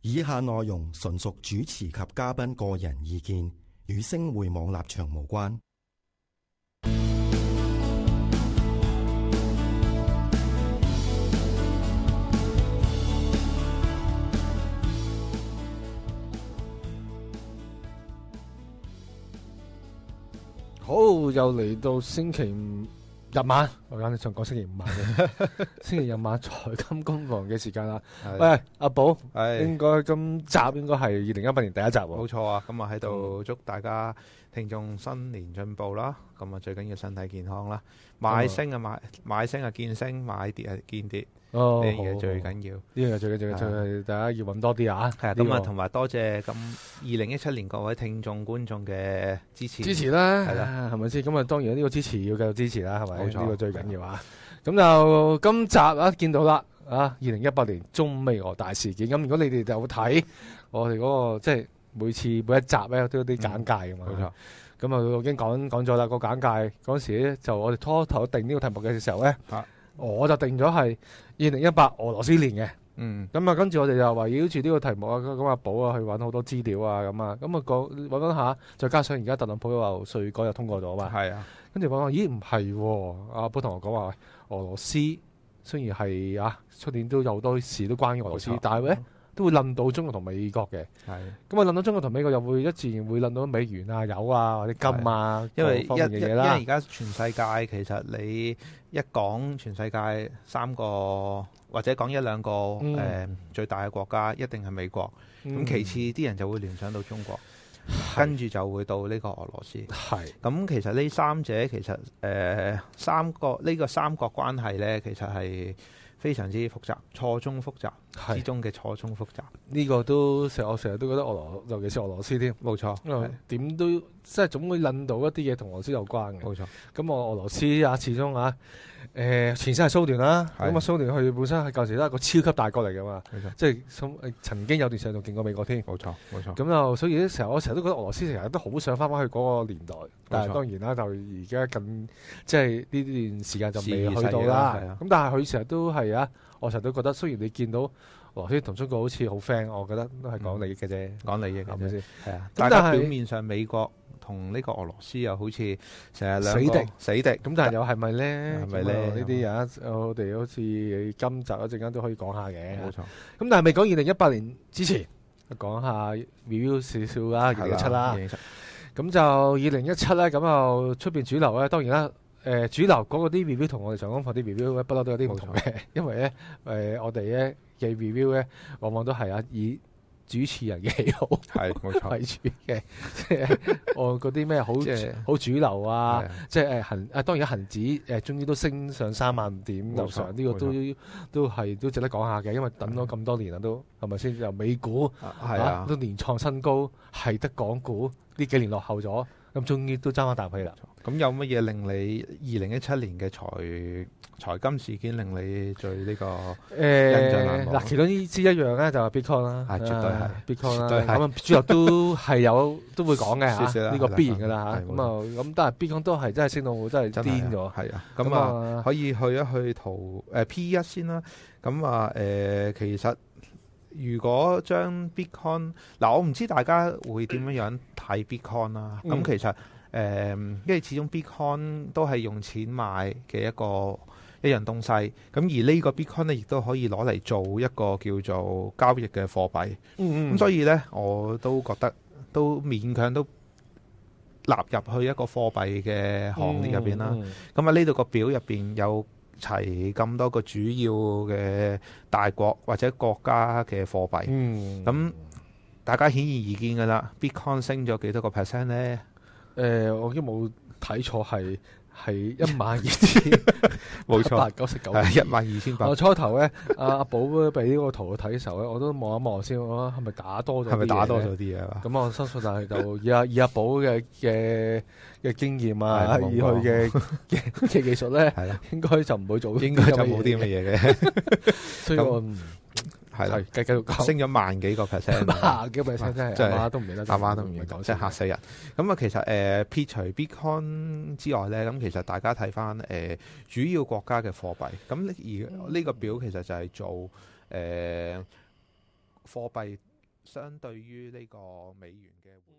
以下內容純屬主持及嘉賓個人意見，與星匯網立場無關。好，又嚟到星期五日晚，我啱你想講星期五晚 嘅，星期日晚財金工房嘅時間啦。喂，阿寶，應系，該今集應該係二零一八年第一集喎冇。錯啊！咁啊喺嗯度祝大家聽眾新年進步啦，咁啊最緊要身體健康啦，嗯買升啊買買升啊見升，買跌啊見跌，呢哦樣嘢最好緊要。呢樣嘢最緊最緊最係大家要揾多啲啊。係啊，呢咁啊個同埋多謝咁二零一七年各位聽眾觀眾嘅支持。啊支持啦，係啦，係咪先？咁啊，當然呢個支持要繼續支持啦，係咪？冇錯呢個最緊要啊。咁就今集啊，見到啦啊，二零一八年中美俄大事件。咁如果你哋有睇我哋嗰個即係每次每一集咧都有啲簡介噶嘛。嗯冇錯，咁啊，我已經講講咗啦個簡介。嗰時咧就我哋初頭定呢個題目嘅時候咧啊，我就定咗係二零一八俄羅斯年嗯，嘅。咁啊，跟住我哋就圍繞住呢個題目啊，咁阿寶啊去揾好多資料啊，咁啊，咁啊講揾揾下，再加上而家特朗普又税改又通過咗嘛，係啊，跟住揾下，咦唔係喎？阿寶同我講話，喂俄羅斯雖然係啊出年都有好多事都關於俄羅斯冇錯，但係咧都會諗到中國同美國嘅。係。咁啊，諗到中國同美國又會一自然會諗到美元啊、油啊或者金啊，因為一各方面一嘅因嘢為啦而，家全世界其實你一講全世界三個或者講一兩個嗯誒、最大嘅國家，一定係美國。咁咁其次啲人就會聯想到中國，跟住就會到呢個俄羅斯。係咁其實呢三者其實誒、呃三個呢、個三角關係呢，其實係非常之複雜、錯綜複雜之係中嘅錯綜複雜。呢個都成我成日都覺得俄羅，尤其是俄羅斯添，冇錯，因為係點都即係總會諗到一啲嘢同俄羅斯有關嘅。冇錯，咁我俄羅斯啊，始終啊，誒前身係蘇聯啦，咁係啊蘇聯佢本身係舊時都係一個超級大國嚟㗎嘛，冇錯，即係曾誒曾經有段時間仲勁過美國添。冇錯，冇錯。咁就所以咧，成日我成日都覺得俄羅斯成日都好想翻返去嗰個年代，但係當然啦，就而家近即係呢段時間就未去到時勢啦係啦啊。咁但係佢成日都係啊，我成日都覺得，雖然你見到俄羅斯同中國好似好 friend，我覺得都係講利益嘅啫，講你嘅係咪先？係啊，咁大但家係表面上美國同呢個俄羅斯又好似成日兩個死敵死敵，咁但係又係咪咧？係咪呢咁啊呢啲啊，我哋好似今集一陣間都可以講下嘅。冇錯，咁但係未講二零一八年之前，講下 review 少少啦，二零一七啦二。零一七咁就二零一七咧，咁就出邊主流咧，當然啦。誒、主流嗰個啲 review 同我哋上功課啲 review 咧，不嬲都有啲唔同嘅， 因為咧誒、我哋咧嘅 review 咧，往往都係啊以主持人嘅 喜好係冇 錯為，主嘅，即係我嗰啲咩好即係好主流啊係，即係誒恒啊，當然恒指誒終於都升上三萬點冇錯樓上，呢個都都係都值得講下嘅，因為等咗咁多年啦，都係咪先？由美股啊係啊都，連創新高，係得港股呢幾年落後咗，咁終於都爭翻啖氣啦。咁有乜嘢令你二零一七年嘅財財金事件令你最呢個誒印象難忘嗱，其中呢支一樣咧就係 Bitcoin 啦，係絕對係啊 Bitcoin 啦，絕對係咁啊主流都係 有都會講嘅少少嚇，啦呢個係啦必然噶啦係嚇。冇咁啊咁，但係 Bitcoin 都係真係升到真係真係癲咗啊。係啊，咁啊。啊可以去一去圖誒 P E 一先啦。咁啊誒，其實如果將 Bitcoin 嗱，我唔知大家會點樣樣睇 Bitcoin 啦。咁、嗯其實誒、因為始終 Bitcoin 都係用錢買嘅一個。一樣東西，咁而呢個 Bitcoin 咧，亦都可以攞嚟做一個叫做交易嘅貨幣。嗯咁嗯，所以呢，我都覺得都勉強都納入去一個貨幣嘅行列入邊啦。嗯。嗯咁啊，呢度個表入邊有齊咁多個主要嘅大國或者國家嘅貨幣，嗯，咁大家顯而易見㗎啦。Bitcoin 升咗幾多個 percent 咧？誒，呃我已經冇睇錯，係係一萬二 千八，九十九。係啊一萬二千八我，初頭咧，阿阿寶俾呢個圖睇嘅時候咧，我都望一望先，我話係咪打多咗？係咪打多？咗啲嘢啊？咁我相信但係就以阿以阿寶嘅嘅嘅經驗啊，係冇以佢嘅嘅嘅技術咧，係啦， 應該就唔會做，應該就冇啲咁嘅，嘢 嘅，所以我唔係啦，繼繼續講。 升咗萬幾個 percent。啊，幾個 percent 真係真係阿媽都唔記得，阿媽都唔唔係講，講即係嚇笑。死人。咁啊，其實誒、呃撇除 Bitcoin 之外咧，咁其實大家睇翻誒主要國家嘅貨幣，咁而呢個表其實就係做誒、呃、貨幣相對於呢個美元嘅匯。